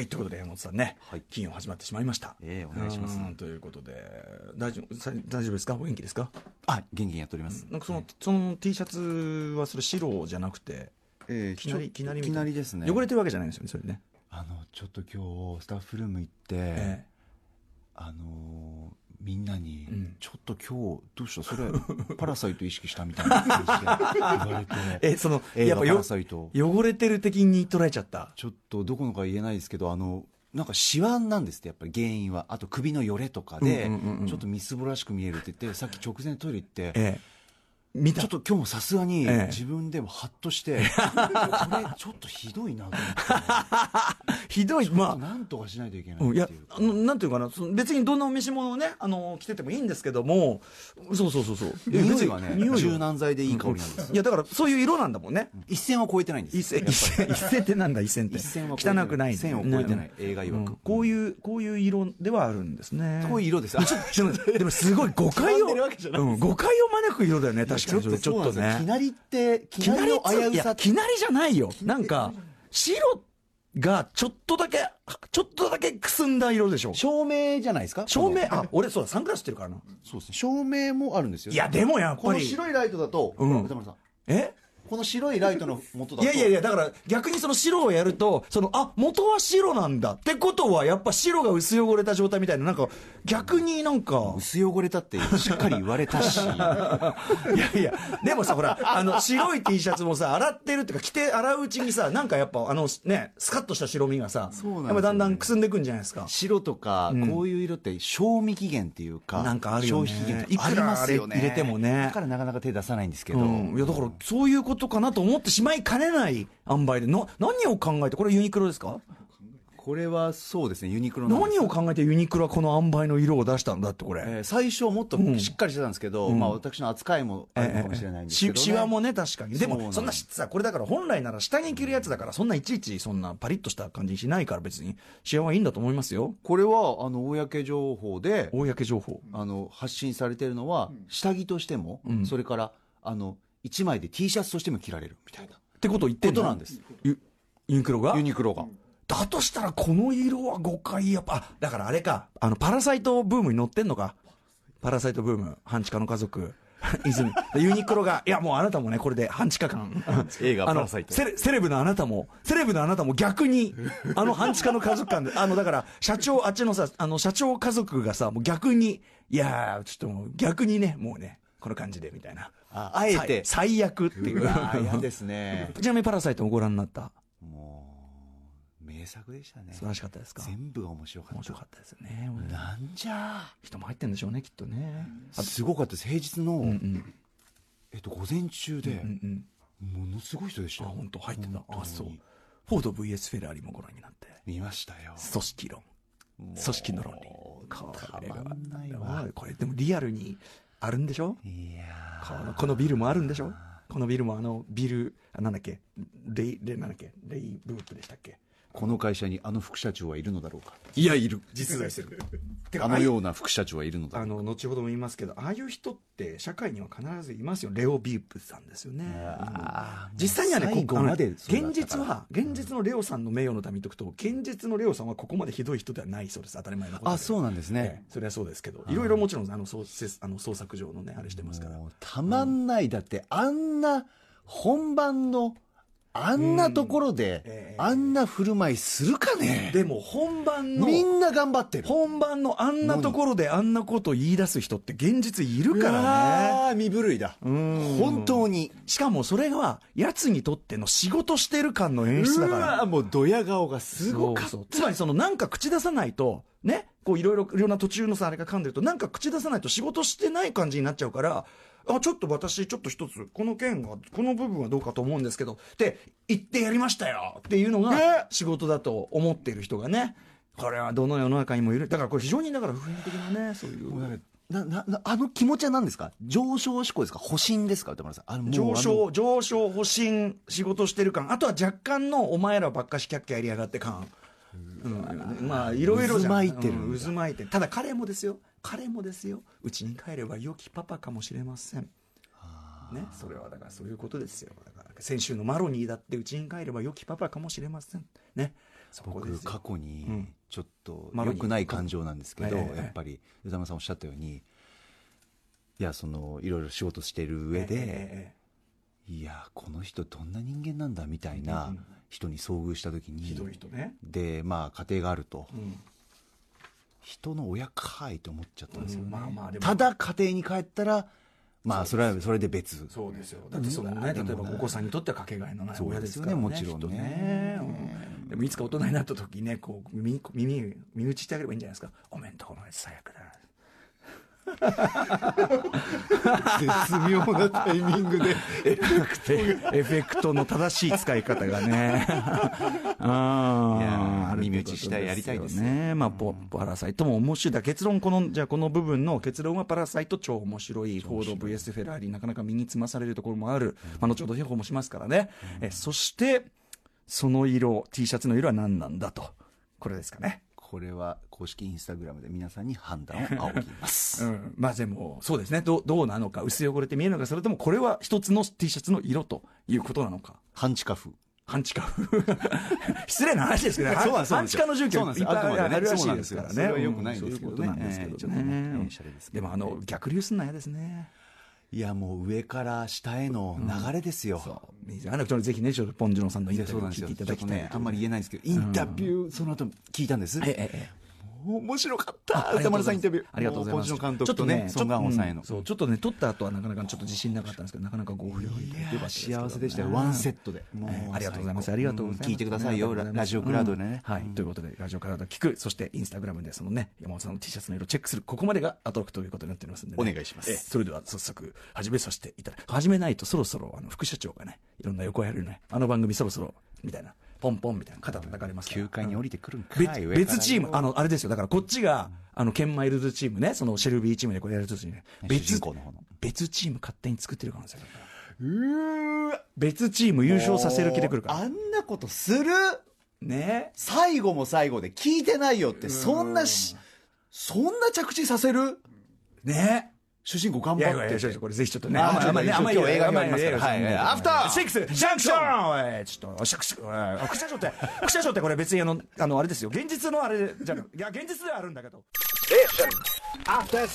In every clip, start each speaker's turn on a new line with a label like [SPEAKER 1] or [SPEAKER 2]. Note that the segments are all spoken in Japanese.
[SPEAKER 1] い、ということで山本さんね、
[SPEAKER 2] はい
[SPEAKER 1] 金曜始まってしまいました。
[SPEAKER 2] ええお願いします
[SPEAKER 1] うんということで大丈夫さ大丈夫ですかお元気ですか
[SPEAKER 2] あ、元気にやっております。
[SPEAKER 1] なんかその,、その T シャツはそれ白じゃなくて
[SPEAKER 2] えー
[SPEAKER 1] きなり
[SPEAKER 2] ちょ
[SPEAKER 1] きなりみた
[SPEAKER 2] き
[SPEAKER 1] いな
[SPEAKER 2] なりですね。
[SPEAKER 1] 汚れてるわけじゃないんですよねそれね。
[SPEAKER 2] あの、ちょっと今日、スタッフルーム行って、
[SPEAKER 1] え
[SPEAKER 2] あのーみんなに、
[SPEAKER 1] うん
[SPEAKER 2] ちょっと今日、どうしたそれ、 パラサイト意識したみたいな感じで言われ
[SPEAKER 1] え
[SPEAKER 2] て、
[SPEAKER 1] えその
[SPEAKER 2] 映
[SPEAKER 1] やっ
[SPEAKER 2] 画
[SPEAKER 1] ぱ
[SPEAKER 2] パ
[SPEAKER 1] よ
[SPEAKER 2] ラサイト。
[SPEAKER 1] 汚れてる的に捉えちゃった。
[SPEAKER 2] ちょっとどこのか言えないですけど、あの、なんかシワなんですって、やっぱり原因は。あと首のよれとかで、
[SPEAKER 1] うんうんうんうん
[SPEAKER 2] ちょっとみすぼらしく見えるって言って、さっき直前にトイレ行って、
[SPEAKER 1] ええ見
[SPEAKER 2] ち
[SPEAKER 1] た
[SPEAKER 2] ょっと今日もさすがに
[SPEAKER 1] ええ
[SPEAKER 2] 自分でもハッと して、これちょっとひどいなと思って。
[SPEAKER 1] ひどいまあ
[SPEAKER 2] なんとかしないといけない
[SPEAKER 1] うん、い
[SPEAKER 2] っ
[SPEAKER 1] や
[SPEAKER 2] ていうか、
[SPEAKER 1] あのなんていうかなその別にどんなお召し物をねあの着ててもいいんですけどもそうそうそうそうえ
[SPEAKER 2] 匂いはね
[SPEAKER 1] 別に匂い
[SPEAKER 2] 柔軟剤でいい香りなんです、
[SPEAKER 1] いやだからそういう色なんだもんね
[SPEAKER 2] 一線は超えてないんです
[SPEAKER 1] 一線一線一線ってなんだ一線って
[SPEAKER 2] 一線は超えて
[SPEAKER 1] 汚くない
[SPEAKER 2] 線を超えてない、
[SPEAKER 1] ね
[SPEAKER 2] 映画
[SPEAKER 1] う
[SPEAKER 2] 曰
[SPEAKER 1] ん
[SPEAKER 2] く、
[SPEAKER 1] こういうこういう色ではあるんですね
[SPEAKER 2] こういう色ですあちょっ
[SPEAKER 1] でもでもすごい誤解
[SPEAKER 2] つ
[SPEAKER 1] を
[SPEAKER 2] まんでるわけじゃない
[SPEAKER 1] うん誤解を招く色だよね確かにそれちょっと
[SPEAKER 2] そうなんですよき
[SPEAKER 1] ね
[SPEAKER 2] なりってきなりの危
[SPEAKER 1] いう
[SPEAKER 2] さ
[SPEAKER 1] や
[SPEAKER 2] って
[SPEAKER 1] きなりじゃないよなんか白がちょっとだけちょっとだけくすんだ色でしょ
[SPEAKER 2] 照明じゃないですか
[SPEAKER 1] 照明
[SPEAKER 2] この
[SPEAKER 1] あ俺そうだサングラスしてるからな
[SPEAKER 2] そうですね照明もあるんですよ
[SPEAKER 1] いやでもやっ
[SPEAKER 2] こ
[SPEAKER 1] ぱ
[SPEAKER 2] の
[SPEAKER 1] り
[SPEAKER 2] 白いライトだと、
[SPEAKER 1] うん
[SPEAKER 2] ほら歌丸さん
[SPEAKER 1] え
[SPEAKER 2] この白いライトの元だ
[SPEAKER 1] い
[SPEAKER 2] と
[SPEAKER 1] やいやいやだから逆にその白をやるとそのあ元は白なんだってことはやっぱ白が薄汚れた状態みたいななんか逆になん か
[SPEAKER 2] 薄汚れたってしっかり言われ たし
[SPEAKER 1] いやいやでもさほらあの白い T シャツもさ洗ってるっていうか着て洗ううちにさなんかやっぱあのねスカッとした白身がさ
[SPEAKER 2] そうなんですよね
[SPEAKER 1] やっぱだんだんくすんでくんじゃないですか
[SPEAKER 2] 白とかこういう色って賞味期限っていうか
[SPEAKER 1] なんかあるよね
[SPEAKER 2] 消費期限とかありますよね
[SPEAKER 1] いくらあれ入れてもね
[SPEAKER 2] だからなかなか手出さないんですけど、
[SPEAKER 1] うん、いやだからそういうことかなと思ってしまいかねない塩梅でな何を考えてこれユニクロですか
[SPEAKER 2] これはそうですねユニクロの、
[SPEAKER 1] 何を考えてユニクロはこの塩梅の色を出したんだってこれ、
[SPEAKER 2] えー最初はもっとしっかりしてたんですけど、まあ、私の扱いもあるのかもしれないんですけ
[SPEAKER 1] し
[SPEAKER 2] ど、ね
[SPEAKER 1] しわもね確かにで
[SPEAKER 2] そうなん
[SPEAKER 1] も
[SPEAKER 2] です
[SPEAKER 1] そんなさこれだから本来なら下に着るやつだからそんないちいちそんなパリッとした感じにしないから別にしわはいいんだと思いますよ
[SPEAKER 2] これはあの公情報で
[SPEAKER 1] 公情報
[SPEAKER 2] あの発信されてるのは下着としても、それからあの1枚で T シャツとしても着られるみたいな
[SPEAKER 1] ってことを言っての
[SPEAKER 2] ことなんです
[SPEAKER 1] ユユニクロが
[SPEAKER 2] ユニクロが、
[SPEAKER 1] だとしたらこの色は誤解やっぱあだからあれかあのパラサイトブームに乗ってんのかパラサイトブーム半地下の家族 泉ユニクロがいやもうあなたもねこれで半地下感
[SPEAKER 2] 映画
[SPEAKER 1] あ
[SPEAKER 2] パ
[SPEAKER 1] の
[SPEAKER 2] ラサイト
[SPEAKER 1] セレセレブのあなたもセレブのあなたも逆 にあの半地下の家族間であのだから社長あっちのさあの社長家族がさもう逆にいやーちょっともう逆にねもうねこの感じでみたいな
[SPEAKER 2] ああえて
[SPEAKER 1] さ最悪っていう
[SPEAKER 2] うわー嫌
[SPEAKER 1] う
[SPEAKER 2] ですね
[SPEAKER 1] ちなみに「パラサイト」もご覧になった
[SPEAKER 2] もう名作でしたね
[SPEAKER 1] 素晴らしかったですか
[SPEAKER 2] 全部が面白か
[SPEAKER 1] 面
[SPEAKER 2] った
[SPEAKER 1] 白かったですよね
[SPEAKER 2] なんじゃあ
[SPEAKER 1] 人も入ってんでしょうねきっとね
[SPEAKER 2] すごかったです平日の、
[SPEAKER 1] うんうん
[SPEAKER 2] えっと、午前中で、
[SPEAKER 1] うんうん
[SPEAKER 2] ものすごい人でし
[SPEAKER 1] あ
[SPEAKER 2] たよ
[SPEAKER 1] 本当入ってた
[SPEAKER 2] 本当に
[SPEAKER 1] あそうフォード VS フェラーリもご覧になって
[SPEAKER 2] 見ましたよ
[SPEAKER 1] 組織論組織の論理これ
[SPEAKER 2] たまんない
[SPEAKER 1] は
[SPEAKER 2] わ
[SPEAKER 1] これでもリアルにあるんでしょ
[SPEAKER 2] いや
[SPEAKER 1] こ
[SPEAKER 2] ー
[SPEAKER 1] のこのビルもあるんでしょこのビルもあのビルあなんだっけレイレイなんだっけレイブープでしたっけ
[SPEAKER 2] この会社にあの副社長はいるのだろうか
[SPEAKER 1] いやいる実在するてか
[SPEAKER 2] あ
[SPEAKER 1] あの
[SPEAKER 2] のような副社長はいるのだ
[SPEAKER 1] あ
[SPEAKER 2] ろう
[SPEAKER 1] の
[SPEAKER 2] か
[SPEAKER 1] 後ほども言いますけどああいう人って社会には必ずいますよレオ・ビープさんですよね
[SPEAKER 2] あー
[SPEAKER 1] 実際にはね
[SPEAKER 2] 最後まで
[SPEAKER 1] あのね
[SPEAKER 2] そうだっ
[SPEAKER 1] 現
[SPEAKER 2] たか
[SPEAKER 1] 実
[SPEAKER 2] ら
[SPEAKER 1] は現実のレオさんの名誉のために言っとくと現実のレオさんはここまでひどい人ではないそうです当たり前のこと
[SPEAKER 2] あそうなんです
[SPEAKER 1] う
[SPEAKER 2] ね、
[SPEAKER 1] それはそうですけどいろいろもちろんあのそうせあの創作上のねあれしてますから
[SPEAKER 2] もうたまんない、だってあんな本番のあんなところで、
[SPEAKER 1] ええ
[SPEAKER 2] あんな振る舞いするかね
[SPEAKER 1] でも本番の
[SPEAKER 2] みんな頑張ってる
[SPEAKER 1] 本番のあんなところであんなことを言い出す人って現実いるからね
[SPEAKER 2] ね身震いだ
[SPEAKER 1] ん
[SPEAKER 2] 本当に
[SPEAKER 1] しかもそれはやつにとっての仕事してる感の演出だから
[SPEAKER 2] うわもうドヤ顔がすごかった
[SPEAKER 1] そうそうつまりそのなんか口出さないとねこういろいろいろんな途中のさあれが噛んでるとなんか口出さないと仕事してない感じになっちゃうからあちょっと私ちょっと一つこの件がこの部分はどうかと思うんですけどって言ってやりましたよっていうのが仕事だと思ってる人がねこれはどの世の中にもいるだからこれ非常にだから普遍的なねそうい
[SPEAKER 2] もうなん
[SPEAKER 1] う
[SPEAKER 2] かなななあの気持ちは何ですか上昇志向ですか保身ですか歌丸さんあのもう
[SPEAKER 1] 上
[SPEAKER 2] あの
[SPEAKER 1] 昇上昇保身仕事してる感あとは若干のお前らばっかしキャッキャやりやがって感うん、まあいろいろじゃん
[SPEAKER 2] 渦巻いてるんだ
[SPEAKER 1] うん渦巻いてただ彼もですよ彼もですようちに帰れば良きパパかもしれませんねそれはだからそういうことですよだから先週のマロニーだってうちに帰れば良きパパかもしれませんねそこで
[SPEAKER 2] 僕
[SPEAKER 1] すよ
[SPEAKER 2] 過去に
[SPEAKER 1] ん
[SPEAKER 2] ちょっと
[SPEAKER 1] まあ
[SPEAKER 2] 良くない感情なんですけど、
[SPEAKER 1] ええ
[SPEAKER 2] やっぱり宇多丸さんおっしゃったようにいやそのいろいろ仕事してる上で、
[SPEAKER 1] え
[SPEAKER 2] いやこの人どんな人間なんだみたい
[SPEAKER 1] うんう
[SPEAKER 2] なん
[SPEAKER 1] うん
[SPEAKER 2] 人に遭遇した時に、
[SPEAKER 1] えひどい人ね、
[SPEAKER 2] でまあ家庭があると、
[SPEAKER 1] うん
[SPEAKER 2] 人の親かいと思っちゃったんですよ、
[SPEAKER 1] うんまあまあでも
[SPEAKER 2] ただ家庭に帰ったらまあそれはそれで別
[SPEAKER 1] そうですよだってそのね例えばお子さんにとってはかけがえのない
[SPEAKER 2] そう
[SPEAKER 1] 親ですからね
[SPEAKER 2] そうですよねもちろんね
[SPEAKER 1] きっとねうんでもいつか大人になった時ねこう耳耳耳打ちしてあげればいいんじゃないですかおめんとこのやつ最悪だな
[SPEAKER 2] 絶妙なタイミン グで
[SPEAKER 1] エフェクトエフェクトの正しい使い方が ね
[SPEAKER 2] いやー
[SPEAKER 1] あーあるって
[SPEAKER 2] 耳
[SPEAKER 1] こと
[SPEAKER 2] 打ちしたいやりたいですよ
[SPEAKER 1] ねまあポパラサイトも面白いだから結論このじゃあこの部分の結論はパラサイト超面白いフォード VS フェラーリなかなか身につまされるところもある、まあ、後ほど評価もしますからね、えそしてその色 T シャツの色は何なんだとこれですかね
[SPEAKER 2] これは公式インスタグラムで皆さんに判断を仰ぎ ます
[SPEAKER 1] うん、まあでも、そうですねどう、どうなのか、薄汚れて見えるのか、それともこれは一つの T シャツの色ということなのか。
[SPEAKER 2] 半地下風
[SPEAKER 1] 半地下 失礼な話ですけどね、
[SPEAKER 2] そうなんです
[SPEAKER 1] 半地下の住居
[SPEAKER 2] そうなんです
[SPEAKER 1] いっぱい
[SPEAKER 2] あくまでね
[SPEAKER 1] あるらしいですからね、
[SPEAKER 2] そうなんですよそれは良くないんですけ
[SPEAKER 1] そういう
[SPEAKER 2] どね
[SPEAKER 1] ことなんですけ
[SPEAKER 2] ええち
[SPEAKER 1] ど
[SPEAKER 2] ょっとね
[SPEAKER 1] ね
[SPEAKER 2] ええシャレですけ
[SPEAKER 1] で
[SPEAKER 2] ど
[SPEAKER 1] もあの、逆流すんの嫌ですね、
[SPEAKER 2] いやもう上から下への流れですよ、
[SPEAKER 1] あのぜひね、ちょっとポンジュノさんのイ
[SPEAKER 2] い
[SPEAKER 1] ンタビ
[SPEAKER 2] やそ
[SPEAKER 1] ュ
[SPEAKER 2] う
[SPEAKER 1] ーを
[SPEAKER 2] なん
[SPEAKER 1] 聞い
[SPEAKER 2] ですよ
[SPEAKER 1] てい
[SPEAKER 2] ち
[SPEAKER 1] た
[SPEAKER 2] ょ
[SPEAKER 1] だ
[SPEAKER 2] っ
[SPEAKER 1] き
[SPEAKER 2] と
[SPEAKER 1] たい、
[SPEAKER 2] ねあんまり言えないんですけどインタビューその後聞いたんです、
[SPEAKER 1] ええええええ
[SPEAKER 2] もう面白かっ
[SPEAKER 1] あ
[SPEAKER 2] た
[SPEAKER 1] りがと
[SPEAKER 2] 歌
[SPEAKER 1] うご
[SPEAKER 2] 丸さ
[SPEAKER 1] ざい
[SPEAKER 2] んイ
[SPEAKER 1] ます
[SPEAKER 2] ンタビュー
[SPEAKER 1] ありがとうございます。
[SPEAKER 2] もポンチの監督とねソン・ガンホさんへの
[SPEAKER 1] ちょっとねそう、ちょっとね、撮った後はなかなかちょっと自信なかったんですけど、なかなかご不良いただければですけどね
[SPEAKER 2] 幸せでしたよ、ワンセットで。も
[SPEAKER 1] えーありがとうございます。
[SPEAKER 2] 最高
[SPEAKER 1] ありがとうございます。
[SPEAKER 2] ん聞いてください
[SPEAKER 1] あ
[SPEAKER 2] よ、
[SPEAKER 1] りがと
[SPEAKER 2] ラ
[SPEAKER 1] うございま
[SPEAKER 2] ラ
[SPEAKER 1] す
[SPEAKER 2] ジオクラウドでね。
[SPEAKER 1] うんはい。ということで、ラジオクラウド聞く、そしてインスタグラムでそのね、山本さんの T シャツの色チェックする、ここまでがアトロクということになっておりますんでね、
[SPEAKER 2] お願いします
[SPEAKER 1] ええそれでは早速、始めさせていただき、始めないとそろそろ、あの、副社長がね、いろんな横やるね、あの番組そろそろ、みたいな、ポンポンみたいな、肩叩かれますから
[SPEAKER 2] 9階に降りてくるんかい
[SPEAKER 1] 別
[SPEAKER 2] 上から
[SPEAKER 1] 別チーム、あの、あれですよ。だからこっちが、あの、ケンマイルズチームね、そのシェルビーチームでこれやるときにね、
[SPEAKER 2] 主
[SPEAKER 1] 別
[SPEAKER 2] 人公の方の、
[SPEAKER 1] 別チーム勝手に作ってる可能性があるから
[SPEAKER 2] うー
[SPEAKER 1] 別チーム優勝させる気で来るから。
[SPEAKER 2] あんなことする
[SPEAKER 1] ね
[SPEAKER 2] 最後も最後で聞いてないよって、そんなし、そんな着地させる
[SPEAKER 1] ね
[SPEAKER 2] 主人公頑
[SPEAKER 1] いやい
[SPEAKER 2] 張
[SPEAKER 1] やい
[SPEAKER 2] っ
[SPEAKER 1] や
[SPEAKER 2] て
[SPEAKER 1] い
[SPEAKER 2] て。
[SPEAKER 1] や、これぜひちょっとね、
[SPEAKER 2] あー
[SPEAKER 1] あんまりね、
[SPEAKER 2] ち
[SPEAKER 1] あ
[SPEAKER 2] ょっと
[SPEAKER 1] んまり
[SPEAKER 2] 今日映画がありますから
[SPEAKER 1] あんまり
[SPEAKER 2] はいはいアフター
[SPEAKER 1] シックスジャンクションおいちょっと、シャクシャクおい副社長って、副社長ってこれ別にあの、あの、あれですよ、現実のあれじゃなくいや、現実ではあるんだけど。1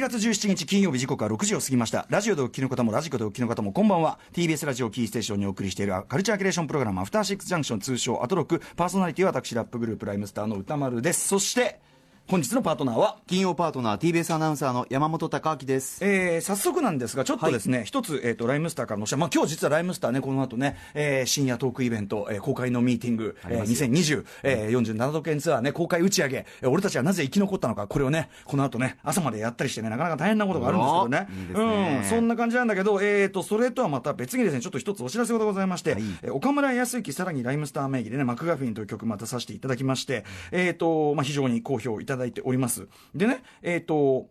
[SPEAKER 1] 月17日金曜日時刻は6時を過ぎましたラジオでお聞きの方もラジコでお聞きの方もこんばんは TBS ラジオキーステーションにお送りしているカルチャーキュレーションプログラム「アフターシックスジャンクション」通称アトロックパーソナリティは私ラップグループライムスターの歌丸ですそして本日のパートナーは
[SPEAKER 2] 金曜パートナー TBS アナウンサーの山本隆明です。
[SPEAKER 1] えー早速なんですが、ちょっとですね、一、つ、えっ、と、ライムスターからのお知らせ、まあ、今日実はライムスターね、この後ね、えー深夜トークイベント、えー公開のミーティング、えー2020、えー47都県ツアーね、公開打ち上げ、えー俺たちはなぜ生き残ったのか、これをね、この後ね、朝までやったりしてね、なかなか大変なことがあるんですけどね。
[SPEAKER 2] おーいいですね
[SPEAKER 1] うん、そんな感じなんだけど、えーと、それとはまた別にですね、ちょっと一つお知らせがございまして、えー岡村康之、さらにライムスター名義でね、マクガフィンという曲またさせていただきまして、えーと、まあ、非常に好評いただいております。でね、えーと、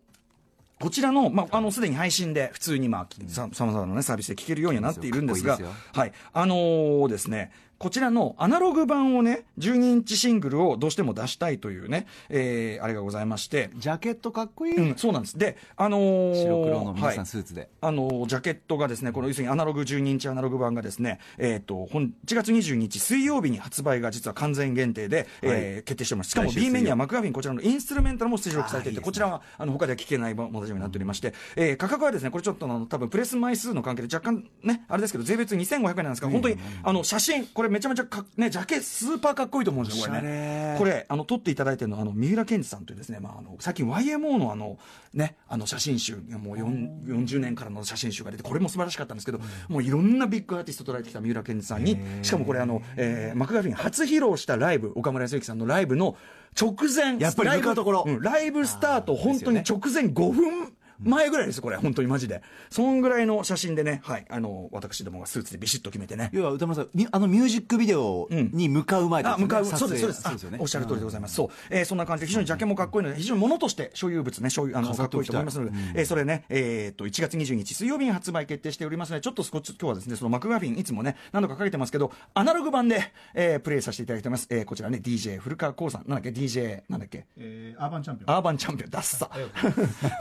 [SPEAKER 1] こちらの、まあ、あの、すでに配信で、普通に、まあ、さ、さまざまなね、サービスで聞けるようにはなっているんですが、
[SPEAKER 2] かっこいいで
[SPEAKER 1] はい。あのーですね、こちらのアナログ版をね、12インチシングルをどうしても出したいというね、えー、あれがございまして、
[SPEAKER 2] ジャケットかっこいい。
[SPEAKER 1] うん、そうなんです。で、あのー
[SPEAKER 2] 白黒の皆さ
[SPEAKER 1] は
[SPEAKER 2] ん
[SPEAKER 1] い
[SPEAKER 2] スーツで。
[SPEAKER 1] あのジャケットがですね、この要するにアナログ12インチアナログ版がですね、えっ、と、本、1月22日水曜日に発売が実は完全限定で、えー決定しております。しかも
[SPEAKER 2] 来週水
[SPEAKER 1] B
[SPEAKER 2] 曜
[SPEAKER 1] 面にはマクガフィンこちらのインストゥルメンタルも出力されていて、
[SPEAKER 2] あーいいですね
[SPEAKER 1] こちらは、あの、他では聞けないものになっておりまして、えー価格はですね、これちょっとあの、多分プレス枚数の関係で若干ね、あれですけど、税別2500円なんですが、本当に、あの、写真、これめちゃめちゃかっ、ね、ジャケスーパーかっこいいと思うんですよ、これ
[SPEAKER 2] おしゃ
[SPEAKER 1] ね。
[SPEAKER 2] れ
[SPEAKER 1] これ、あの、撮っていただいてるのは、あの、三浦健二さんというですね、まあ、あの、最近 YMO のあの、ね、あの、写真集、もう4 40年からの写真集が出て、これも素晴らしかったんですけど、もういろんなビッグアーティストとられてきた三浦健二さんに、しかもこれあの、えーマクガフィン初披露したライブ、岡村康之さんのライブの直前、
[SPEAKER 2] やっぱり
[SPEAKER 1] ライブ
[SPEAKER 2] 向かうところ
[SPEAKER 1] うんライブスタート、本当に
[SPEAKER 2] で
[SPEAKER 1] 直前5分前ぐらいですよ、これ、本当にマジで。そんぐらいの写真でね、はい、あの、私どもがスーツでビシッと決めてね、
[SPEAKER 2] 要は歌丸さん、みあのミュージックビデオに向かう前です
[SPEAKER 1] あ
[SPEAKER 2] よね
[SPEAKER 1] 向かう、
[SPEAKER 2] 撮
[SPEAKER 1] そ
[SPEAKER 2] 影
[SPEAKER 1] うです、そうです
[SPEAKER 2] そうですよね
[SPEAKER 1] あおっしゃる通りでございます、そう、えーそんな感じで、非常にジャケもかっこいいので、非常に物として所有物ね、所有あの
[SPEAKER 2] 飾
[SPEAKER 1] かっ
[SPEAKER 2] って
[SPEAKER 1] こいい
[SPEAKER 2] おき
[SPEAKER 1] と
[SPEAKER 2] た
[SPEAKER 1] 思い
[SPEAKER 2] い
[SPEAKER 1] ますので、えーそれね、えーっと1月22日水曜日に発売決定しておりますので、ちょっと少し今日はですね、そのマクガフィン、いつもね、何度かかけてますけど、アナログ版で、えープレイさせていただいております、えーこちらね、DJ 古川光さん、なんだっけ、DJ、なんだっけ、
[SPEAKER 3] えーアーバンチャンピオン。
[SPEAKER 1] アーバンチャンピオン、ダッサ。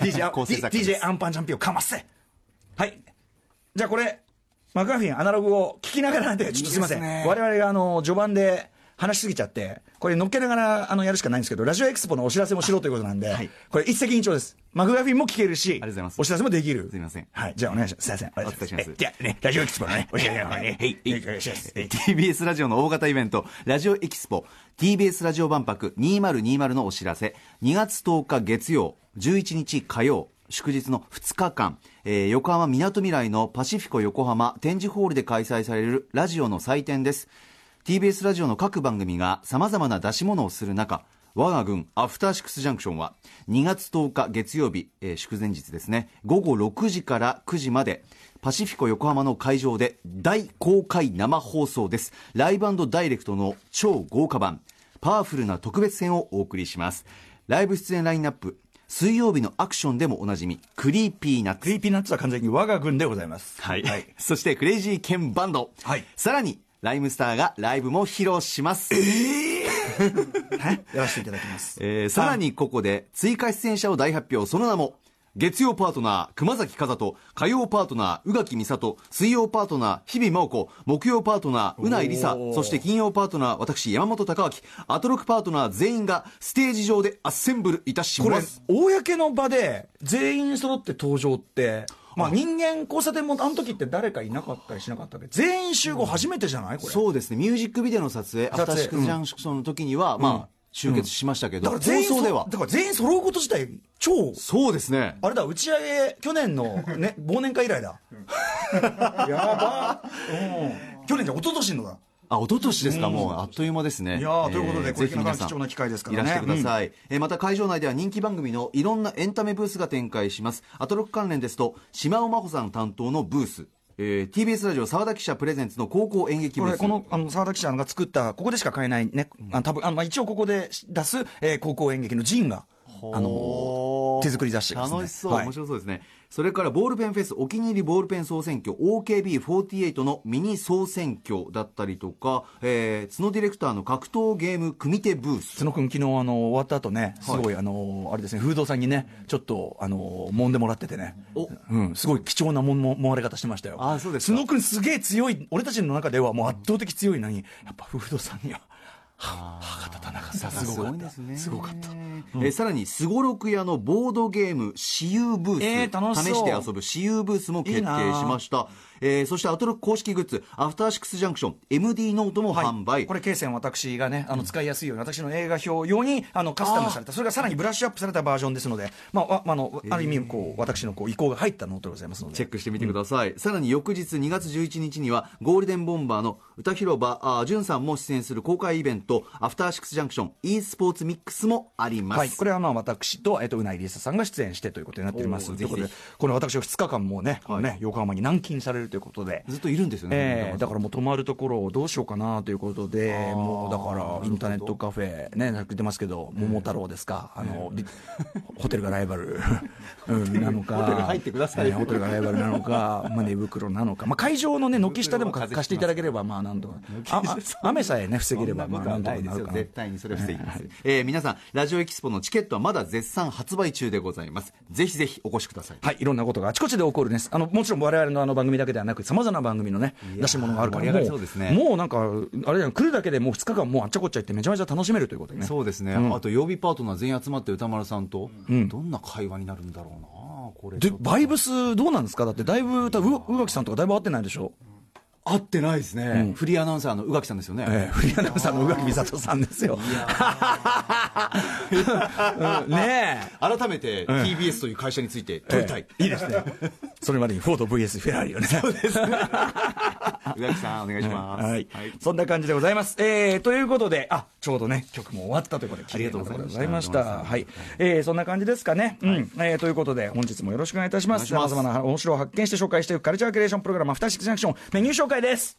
[SPEAKER 1] DJ
[SPEAKER 2] 構成作
[SPEAKER 1] D-
[SPEAKER 2] 家です
[SPEAKER 1] DJ アンパンチャンピオン、かませ。はい。じゃあこれ、マクガフィンアナログを聞きながらなんで、ちょっとすいません。
[SPEAKER 2] いいですね
[SPEAKER 1] 我々があの、序盤で、話しすぎちゃって、これ乗っけながらあのやるしかないんですけど、ラジオエクスポのお知らせもしろということなんで、
[SPEAKER 2] はい
[SPEAKER 1] これ一石二鳥です。マグガフィンも聞けるし、
[SPEAKER 2] がとうございます
[SPEAKER 1] お知らせもできる。
[SPEAKER 2] すいません
[SPEAKER 1] はい、じゃあお願いします。すいません。お願い
[SPEAKER 2] お伝えします
[SPEAKER 1] えじゃあね、ラジオエクスポのね、お知らせの方ね、
[SPEAKER 2] はい
[SPEAKER 1] お願いします。え
[SPEAKER 2] TBS ラジオの大型イベント、ラジオエキスポ、TBS ラジオ万博2020のお知らせ、2月10日月曜、11日火曜、祝日の2日間、えー横浜みなとみらいのパシフィコ横浜展示ホールで開催されるラジオの祭典です。TBS ラジオの各番組が様々な出し物をする中、我が軍アフターシックスジャンクションは2月10日月曜日、えー祝前日ですね午後6時から9時までパシフィコ横浜の会場で大公開生放送ですライブダイレクトの超豪華版パワフルな特別編をお送りしますライブ出演ラインナップ水曜日のアクションでもおなじみクリーピーナッツ
[SPEAKER 1] クリーピーナッツは完全に我が軍でございます。
[SPEAKER 2] はい、 そしてクレイジーケンバンド、
[SPEAKER 1] はい
[SPEAKER 2] さらにライムスターがライブも披露します
[SPEAKER 1] やらせていただきます。
[SPEAKER 2] えーさらにここで追加出演者を大発表その名も月曜パートナー熊崎風人火曜パートナー宇垣美里水曜パートナー日々真央子木曜パートナーうないりさ
[SPEAKER 1] おー
[SPEAKER 2] そして金曜パートナー私山本隆明アトロクパートナー全員がステージ上でアッセンブルいたし
[SPEAKER 1] これ
[SPEAKER 2] ます、
[SPEAKER 1] 公の場で全員揃って登場って、まあ人間交差点もあの時って誰かいなかったりしなかったけど、全員集合初めてじゃないこれ。
[SPEAKER 2] そうですねミュージックビデオの撮影ア
[SPEAKER 1] 撮影
[SPEAKER 2] フターシックスジャンクションの時には、まあ集結しましたけど、
[SPEAKER 1] だから全
[SPEAKER 2] 放
[SPEAKER 1] 員そ
[SPEAKER 2] 送では
[SPEAKER 1] だから全員揃うこと自体、超、
[SPEAKER 2] そうですね
[SPEAKER 1] あれだ、打ち上げ、去年の、 ね、忘年会以来だ。やば。うん。去年じゃ、一昨年のだ。
[SPEAKER 2] あ、一昨年ですか、もう、あっという間ですね。
[SPEAKER 1] いやーということで
[SPEAKER 2] えー
[SPEAKER 1] これ
[SPEAKER 2] ぜひ皆さん
[SPEAKER 1] 貴重な機会ですからね
[SPEAKER 2] いらしてください。えーまた会場内では人気番組のいろんなエンタメブースが展開します。アトロック関連ですと、島尾真帆さん担当のブース、えー TBS ラジオ沢田記者プレゼンツの高校演劇
[SPEAKER 1] こ
[SPEAKER 2] ブー
[SPEAKER 1] れ、
[SPEAKER 2] ス。
[SPEAKER 1] この、あの、沢田記者が作った、ここでしか買えないね、あ多分、あまあ、一応ここで出す、えー高校演劇のジンが、あの、
[SPEAKER 2] の
[SPEAKER 1] 手作り雑誌ですね
[SPEAKER 2] 楽しそう、
[SPEAKER 1] はい
[SPEAKER 2] 面白そうですねそれからボールペンフェスお気に入りボールペン総選挙 OKB48 のミニ総選挙だったりとか、えー角ディレクターの格闘ゲーム組手ブース
[SPEAKER 1] 角君、昨日、あの、終わった後ね、すごい、あの、あれですね、フードさんにね、ちょっと、あの、揉んでもらっててね。
[SPEAKER 2] お
[SPEAKER 1] うん、すごい貴重なもんも揉まれ方してましたよ。
[SPEAKER 2] あそうですか
[SPEAKER 1] 角君すげえ強い、俺たちの中ではもう圧倒的強いのに、やっぱフードさんには、は、歯が立たなかった。すごかった。すごかった。
[SPEAKER 2] えーさらにすごろく屋のボードゲーム私有ブース、
[SPEAKER 1] えー楽しそう
[SPEAKER 2] 試して遊ぶ私有ブースも決定しましたえーそしてアトロック公式グッズアフターシックスジャンクション MD ノートも
[SPEAKER 1] はい
[SPEAKER 2] 販売、
[SPEAKER 1] これ、慶線私がね、あの使いやすいように、私の映画表用にあのカスタムされた、それがさらにブラッシュアップされたバージョンですので、まあわあのある意味こう、私のこう意向が入ったノートでございますの
[SPEAKER 2] チェ
[SPEAKER 1] で
[SPEAKER 2] ッ、クしてみてください、さらに翌日2月11日にはゴールデンボンバーの歌広場あー潤さんも出演する公開イベントアフターシックスジャンクション e スポーツミックスもあります、
[SPEAKER 1] はい、これはまあ私と、えっと、うないりささんが出演してということになっております。と
[SPEAKER 2] おー
[SPEAKER 1] いうことで
[SPEAKER 2] ぜひ、
[SPEAKER 1] この私は2日間もうね、あのね横浜に軟禁されるということで。
[SPEAKER 2] ずっといるんですよね、
[SPEAKER 1] ええだからもう泊まるところをどうしようかなということで、もうだからインターネットカフェ、ね、なんか言ってますけど、桃太郎ですか、あの、りホテルがライバ ル、うん、なのか、
[SPEAKER 2] ホテル入ってください
[SPEAKER 1] ええホテルがライバルなのか、 まあ、寝袋なのか、まあ、会場のね、軒下でも貸していただければ、まあ、なんとか、ああ雨さえね、防げれば、
[SPEAKER 2] そんな
[SPEAKER 1] ま
[SPEAKER 2] こ
[SPEAKER 1] あ、
[SPEAKER 2] とは
[SPEAKER 1] なんとか
[SPEAKER 2] ないで
[SPEAKER 1] な
[SPEAKER 2] す
[SPEAKER 1] る
[SPEAKER 2] よ
[SPEAKER 1] かな
[SPEAKER 2] 絶。対にそれは防ぎます、えー皆さんラジオエキスポのチケットはまだ絶賛発売中でございますぜひぜひお越しください
[SPEAKER 1] はい、いろんなことがあちこちで起こるんです。あの、もちろん我々のあの番組だけではなく、様々な番組のね、出し物があるから、
[SPEAKER 2] 盛り上がりそう
[SPEAKER 1] も
[SPEAKER 2] ですね
[SPEAKER 1] もうなんか、あれじゃん、来るだけでもう2日間もうあっちゃこっちゃ行ってめちゃめちゃ楽しめるということでね。
[SPEAKER 2] そうですね、あと曜日パートナー全員集まって歌丸さんと、どんな会話になるんだろうなこれ
[SPEAKER 1] で、バイブスどうなんですかだってだいぶ、たぶん、う宇垣さんとかだいぶ合ってないでしょ
[SPEAKER 2] 合ってないですね、フリーアナウンサーの宇垣さんですよね、
[SPEAKER 1] ええ、フリーアナウンサーの宇垣美里さんですよ。 うんねえ。
[SPEAKER 2] 改めて TBS という会社について問いたい、
[SPEAKER 1] ええいいですね。それまでにフォード VS フェラーリをね。
[SPEAKER 2] 宇垣さんお願いします、
[SPEAKER 1] はい、そんな感じでございます。えーということで、あちょうどね、曲も終わったということで、
[SPEAKER 2] ありがとうございました
[SPEAKER 1] ありがとうございました
[SPEAKER 2] どうも
[SPEAKER 1] はいえーそんな感じですかね、うんえーということで、本日もよろしくお願いいたします。
[SPEAKER 2] お願い
[SPEAKER 1] 様
[SPEAKER 2] します
[SPEAKER 1] 々な面白を発見して紹介していくカルチャーキュレーションプログラム、アフターシックスジャンクション、メニュー紹介です。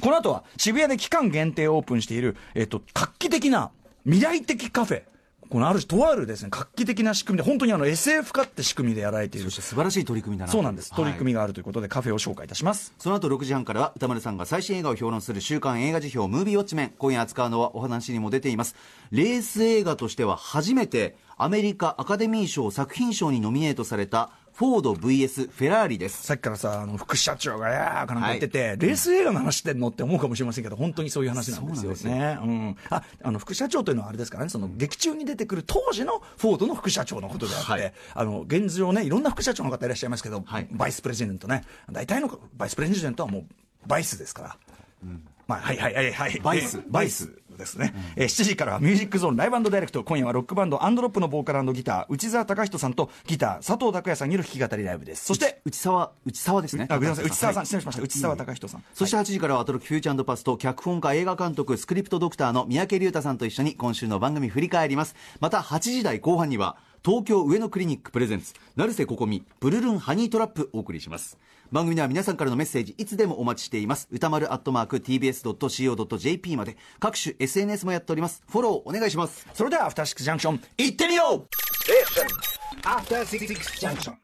[SPEAKER 1] この後は、渋谷で期間限定オープンしている、えっ、と、画期的な、未来的カフェ。このある種、とあるですね、画期的な仕組みで、本当にあの SF 化って仕組みでやられている
[SPEAKER 2] そし。て素晴らしい取り組みだな
[SPEAKER 1] そうなんです。取り組
[SPEAKER 2] み
[SPEAKER 1] みがあるということで、カフェを紹介いたします。
[SPEAKER 2] その後6時半からは歌丸さんが最新映画を評論する週刊映画辞表「ムービーウォッチメン」今夜扱うのはお話にも出ていますレース映画としては初めてアメリカアカデミー賞作品賞にノミネートされたフォード VS フェラーリです。
[SPEAKER 1] さっきからさ、あの副社長がやーかなんか言ってて、レース映画の話してんのって思うかもしれませんけど、本当にそういう話なんですよね。
[SPEAKER 2] そう
[SPEAKER 1] うんああの副社長というのはあれですからね、その劇中に出てくる当時のフォードの副社長のことであって、
[SPEAKER 2] はい
[SPEAKER 1] あの現状ね、いろんな副社長の方いらっしゃいますけど、
[SPEAKER 2] はい
[SPEAKER 1] バイスプレジデントね、大体のバイスプレジデントはもうバイスですから。まあ、はいはいはいはい。
[SPEAKER 2] バイス
[SPEAKER 1] バイスですね。えー7時からはミュージックゾーンライブダイレクト。今夜はロックバンドアンドロップのボーカルギター、内澤隆人さんとギター、佐藤拓也さんによる弾き語りライブです。そして、
[SPEAKER 2] 内沢、内沢ですね。
[SPEAKER 1] あ、ごめんなさい、内澤さん、
[SPEAKER 2] はい
[SPEAKER 1] 失礼しました。内澤隆人さん。
[SPEAKER 2] そして8時からはアトロックフューチャーパスと脚本家映画監督スクリプトドクターの三宅龍太さんと一緒に今週の番組振り返ります。また8時台後半には東京上野クリニックプレゼンツ成瀬ここみブルルンハニートラップお送りします。番組では皆さんからのメッセージいつでもお待ちしています。歌丸アットマーク tbs.co.jp まで各種 SNS もやっております。フォローお願いします。
[SPEAKER 1] それでは、アフターシックスジャンクション、行ってみよう
[SPEAKER 3] After Six Junction.